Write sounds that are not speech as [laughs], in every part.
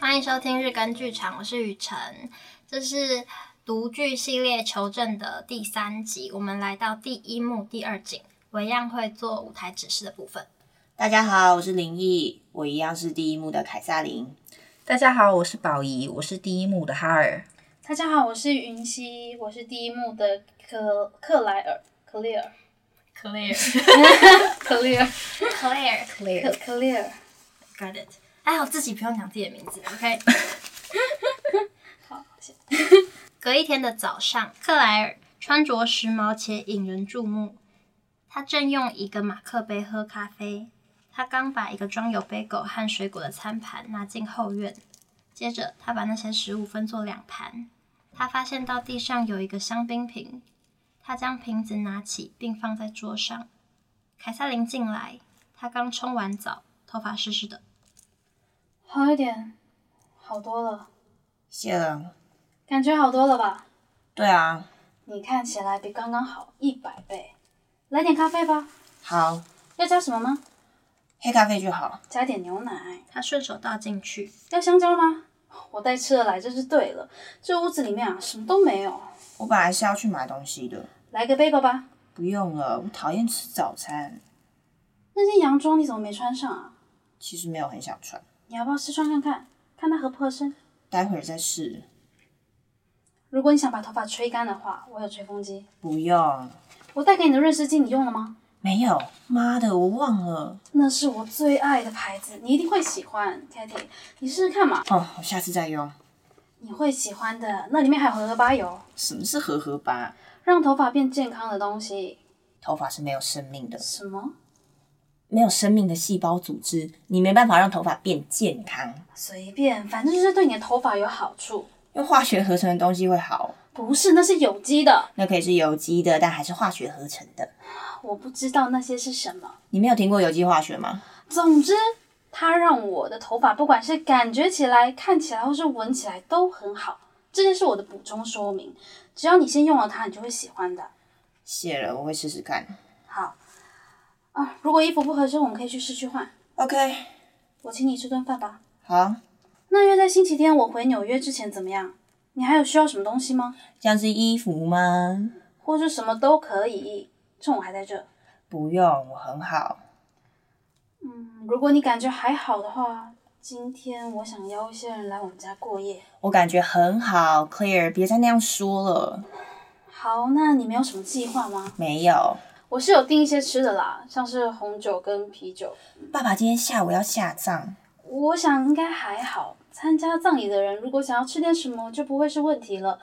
欢迎收听日更剧场，我是雨辰。这是独剧系列求证的第三集，我们来到第一幕第二景，我一样会做舞台指示的部分。大家好，我是林毅，我一样是第一幕的凯撒琳。大家好，我是宝仪，我是第一幕的哈尔。大家好，我是云溪，我是第一幕的克克莱尔克莱尔 [laughs] Clear, 克莱 clear, 尔 [laughs] 克克莱尔。 got it。还好自己不用讲自己的名字，OK。好，谢谢隔一天的早上，克莱尔穿着时髦且引人注目。他正用一个马克杯喝咖啡。他刚把一个装有杯狗和水果的餐盘拿进后院，接着他把那些食物分作两盘。他发现到地上有一个香槟瓶，他将瓶子拿起并放在桌上。凯撒琳进来，她刚冲完澡，头发湿湿的。好一点，好多了，谢了。感觉好多了吧？对啊，你看起来比刚刚好一百倍。来点咖啡吧，好，要加什么吗？黑咖啡就好。加点牛奶，她顺手倒进去，要香蕉吗？我带吃的来这是对了，这屋子里面啊什么都没有。我本来是要去买东西的，来个 bagel 吧。不用了，我讨厌吃早餐。那件洋装你怎么没穿上啊？其实没有很想穿，你要不要试穿看看，看它合不合身？待会儿再试。如果你想把头发吹干的话，我有吹风机。不用，我带给你的润湿巾，你用了吗？没有。妈的，我忘了。那是我最爱的牌子，你一定会喜欢 k a t t y 你试试看嘛，哦，我下次再用。你会喜欢的。那里面还有荷荷巴油，什么是荷荷巴？让头发变健康的东西。头发是没有生命的，什么？没有生命的细胞组织，你没办法让头发变健康。随便，反正就是对你的头发有好处。用化学合成的东西会好，不是，那是有机的。那可以是有机的，但还是化学合成的。我不知道那些是什么。你没有听过有机化学吗？总之，它让我的头发不管是感觉起来、看起来或是闻起来都很好。这些是我的补充说明。只要你先用了它，你就会喜欢的。谢了，我会试试看。好啊，如果衣服不合身，我们可以去市区换。 OK，我请你吃顿饭吧。好，那约在星期天我回纽约之前怎么样？你还有需要什么东西吗？像是衣服吗？或是什么都可以，趁我还在这。不用，我很好。嗯，如果你感觉还好的话，今天我想邀一些人来我们家过夜。我感觉很好，Clear，别再那样说了。好，那你们有什么计划吗？没有，我是有订一些吃的啦，像是红酒跟啤酒。爸爸今天下午要下葬，我想应该还好。参加葬礼的人如果想要吃点什么，就不会是问题了。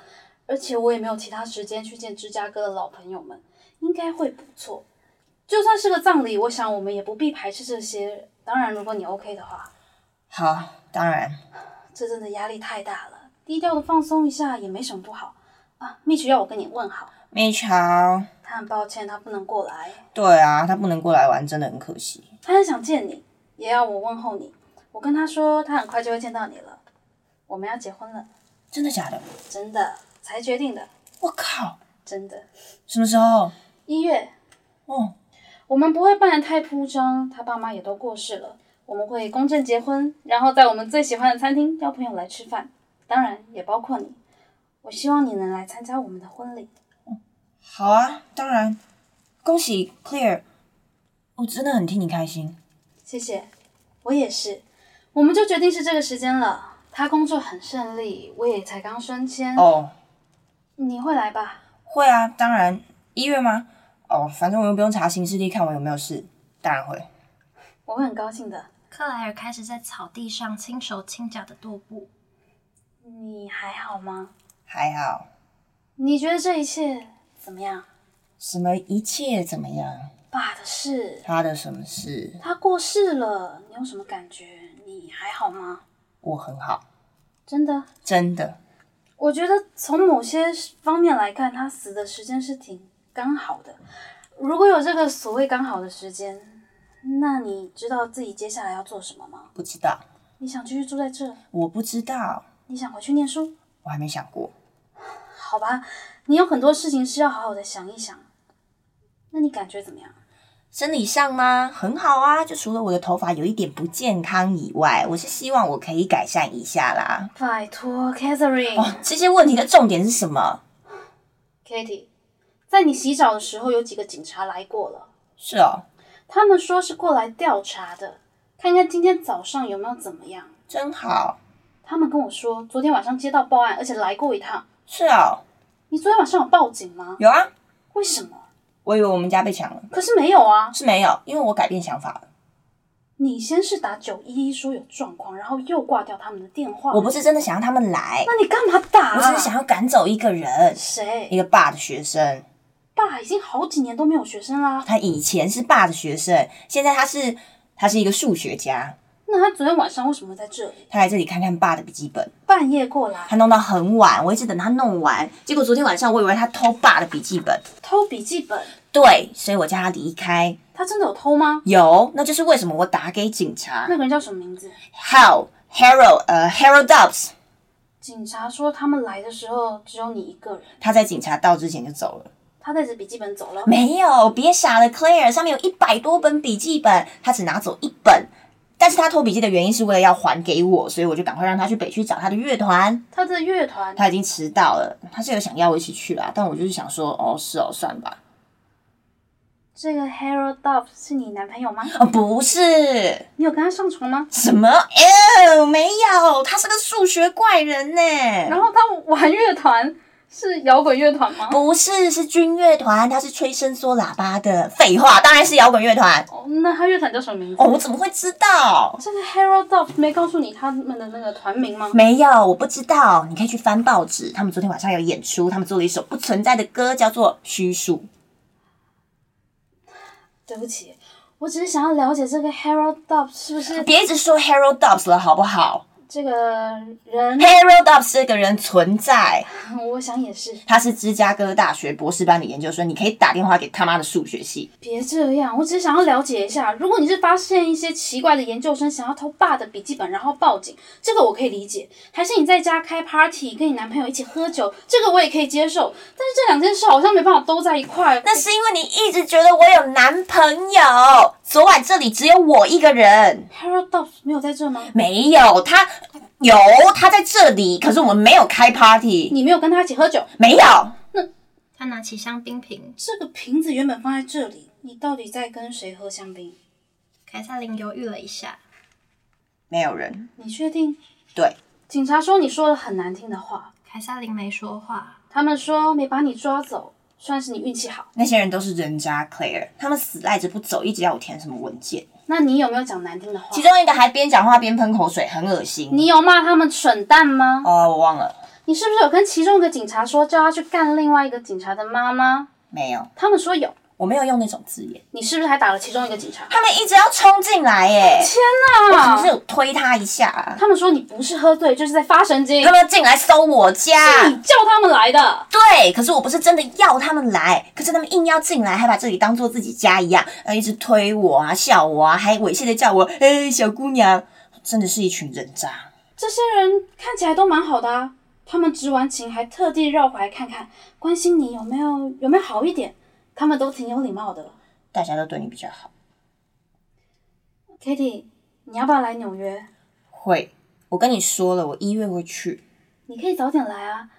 而且我也没有其他时间去见芝加哥的老朋友们，应该会不错。就算是个葬礼，我想我们也不必排斥这些。当然，如果你 OK 的话，好，当然，这阵的压力太大了，低调的放松一下也没什么不好。啊，蜜雪要我跟你问好，蜜乔。他很抱歉他不能过来，对啊，他不能过来玩，真的很可惜。他很想见你，也要我问候你。我跟他说他很快就会见到你了，我们要结婚了，真的假的？真的才决定的，我靠，真的。什么时候？一月，哦，我们不会办得太铺张，他爸妈也都过世了。我们会公证结婚，然后在我们最喜欢的餐厅邀朋友来吃饭，当然也包括你。我希望你能来参加我们的婚礼。好啊，当然。恭喜 Clear，我真的很替你开心。谢谢，我也是。我们就决定是这个时间了。他工作很顺利，我也才刚升迁。哦，你会来吧？会啊，当然。一月吗？哦，反正我又不用查行事历看我有没有事，当然会。我会很高兴的。克莱尔开始在草地上轻手轻脚的踱步。你还好吗？还好，你觉得这一切怎么样？什么一切怎么样？爸的事，他的什么事？他过世了，你有什么感觉？你还好吗？我很好，真的，真的。我觉得从某些方面来看，他死的时间是挺刚好的。如果有这个所谓刚好的时间，那你知道自己接下来要做什么吗？不知道，你想继续住在这？我不知道，你想回去念书？我还没想过。好吧，你有很多事情是要好好的想一想。那你感觉怎么样？生理上吗？很好啊，就除了我的头发有一点不健康以外，我是希望我可以改善一下啦。拜托，Catherine、哦，这些问题的重点是什么？ Kitty，在你洗澡的时候，有几个警察来过了，是哦，他们说是过来调查的，看看今天早上有没有怎么样。真好，他们跟我说，昨天晚上接到报案，而且来过一趟。是哦，你昨天晚上有报警吗？有啊，为什么？我以为我们家被抢了，可是没有啊。是没有，因为我改变想法了。你先是打九一一说有状况，然后又挂掉他们的电话。我不，是真的想让他们来，那你干嘛打、啊我只是想要赶走一个人，一谁？个爸的学生。爸已经好几年都没有学生啦。他以前是爸的学生，现在他是他是一个数学家，那他昨天晚上为什么在这里？他来这里看看爸的笔记本。半夜过来他弄到很晚，我一直等他弄完，结果昨天晚上我以为他偷爸的笔记本，偷笔记本，对，所以我叫他离开。他真的有偷吗？有，那就是为什么我打给警察。那个人叫什么名字？ How Harold 呃 Harold Dobbs，警察说他们来的时候只有你一个人，他在警察到之前就走了。他带着笔记本走了。没有，别傻了，Claire，上面有一百多本笔记本，他只拿走一本。但是他偷笔记的原因是为了要还给我，所以我就赶快让他去北区找他的乐团。他的乐团，他已经迟到了，他是有想要我一起去啦，但我就是想说，哦，是哦，算吧。这个 Harold Duff 是你男朋友吗？哦，不是，你有跟他上床吗？什么？哎，没有，他是个数学怪人呢。然后他玩乐团是摇滚乐团吗？不是，是军乐团，他是吹伸缩喇叭的。废话，当然是摇滚乐团。哦，那他乐团叫什么名字？哦，我怎么会知道？这个 Harold Duff 没告诉你他们的那个团名吗？没有，我不知道。你可以去翻报纸，他们昨天晚上有演出，他们做了一首不存在的歌，叫做《虚数》。对不起，我只是想要了解这个 Harold Duff 是不是别一直说 Harold Dobbs 了，好不好这个人？ [laughs] ？Harold Dobbs 这个人存在，我想也是。他是芝加哥大学博士班的研究生，你可以打电话给他妈的数学系。别这样，我只是想要了解一下，如果你是发现一些奇怪的研究生想要偷爸的笔记本，然后报警，这个我可以理解；还是你在家开 party 跟你男朋友一起喝酒，这个我也可以接受。但是这两件事好像没办法都在一块。那是因为你一直觉得我有男朋友。昨晚这里只有我一个人， Harold Dobbs 没有在这吗？没有他，有他在这里，可是我们没有开 party，你没有跟他一起喝酒？没有。他拿起香槟瓶，这个瓶子原本放在这里，你到底在跟谁喝香槟？凯撒琳犹豫了一下，没有人，你确定？对，警察说你说了很难听的话，凯撒琳没说话。他们说没把你抓走，算是你运气好。那些人都是人渣 Claire，他们死赖着不走，一直要我填什么文件。那你有没有讲难听的话其？中一个还边讲话边喷口水，很恶心。你有骂他们蠢蛋吗？哦，我忘了，你是不是有跟其中一个警察说叫他去干另外一个警察的妈妈？没有，他们说有，我没有用那种字眼。你是不是还打了其中一个警察？他们一直要冲进来，耶，天我只是有推他一下啊。他们说你不是喝醉，就是在发神经，他们要进来搜我是家，你叫他们来的。对，可是我不是真的要他们来，可是他们硬要进来，还把这里当做自己家一样，呃，一直推我啊，笑我啊，还猥亵的叫我，哎、小姑娘，真的是一群人渣。这些人看起来都蛮好的啊，他们值完情还特地绕回来看看，关心你有没有有没有好一点，他们都挺有礼貌的。大家都对你比较好， Kitty，你要不要来纽约？会，我跟你说了，我一月会去，你可以早点来啊，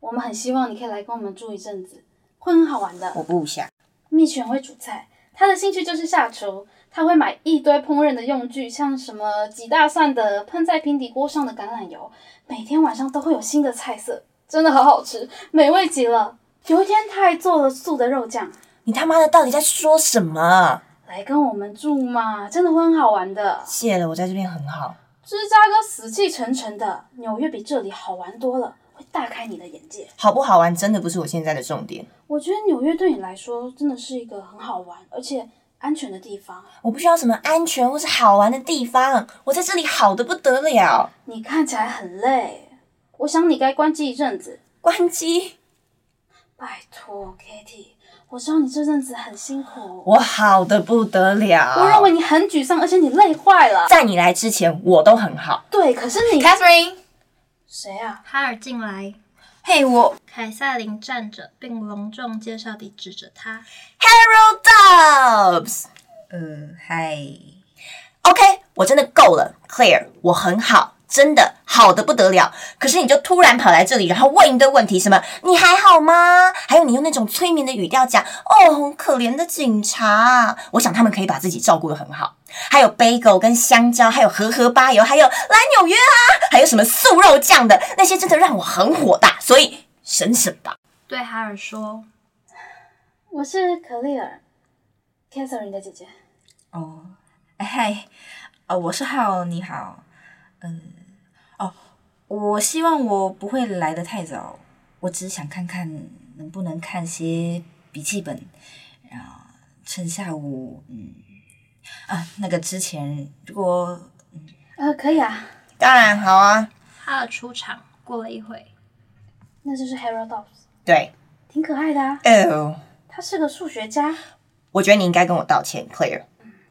我们很希望你可以来跟我们住一阵子，会很好玩的。我不想。蜜雪会煮菜，她的兴趣就是下厨。她会买一堆烹饪的用具，像什么几大蒜的喷在平底锅上的橄榄油，每天晚上都会有新的菜色，真的好好吃，美味极了。有一天，她还做了素的肉酱，你他妈的到底在说什么？来跟我们住嘛，真的会很好玩的。谢了，我在这边很好。芝加哥死气沉沉的，纽约比这里好玩多了，会大开你的眼界。好不好玩真的不是我现在的重点，我觉得纽约对你来说真的是一个很好玩而且安全的地方。我不需要什么安全或是好玩的地方，我在这里好的不得了。你看起来很累，我想你该关机一阵子。关机，拜托，Kitty，我知道你这阵子很辛苦，我好的不得了。我认为你很沮丧，而且你累坏了。在你来之前我都很好。对，可是你 Catherine，谁啊？哈尔进来，嘿，我凯撒琳站着，并隆重介绍地指着他。 Harold Dobbs。呃，嗨， OK，我真的够了，Claire，我很好，真的好的不得了。可是你就突然跑来这里，然后问一堆问题，什么你还好吗？还有你用那种催眠的语调讲，哦，很可怜的警察。我想他们可以把自己照顾得很好。还有 bagel 跟香蕉，还有荷荷巴油，还有来纽约啊，还有什么素肉酱的那些，真的让我很火大。所以省省吧。对哈尔说我是克丽尔，Catherine 的姐姐。哦，哎嗨，哦，我是浩，你好，嗯，哦，我希望我不会来的太早，我只是想看看能不能看些笔记本，然后趁下午，嗯，啊，那个之前如果呃，可以啊，当然好啊，：“哈尔出场。”过了一会，那就是 Harold Dobbs，对，挺可爱的啊。哦，他是个数学家，我觉得你应该跟我道歉，Claire。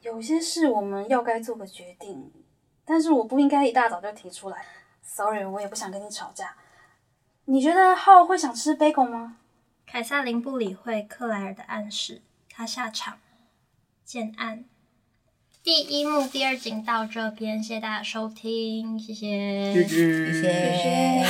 有些事我们要该做个决定，但是我不应该一大早就提出来。Sorry，我也不想跟你吵架。你觉得浩会想吃 bagel 吗？凯撒琳不理会克莱尔的暗示，他下场。建案第一幕第二集到这边，谢谢大家收听，谢谢。一些。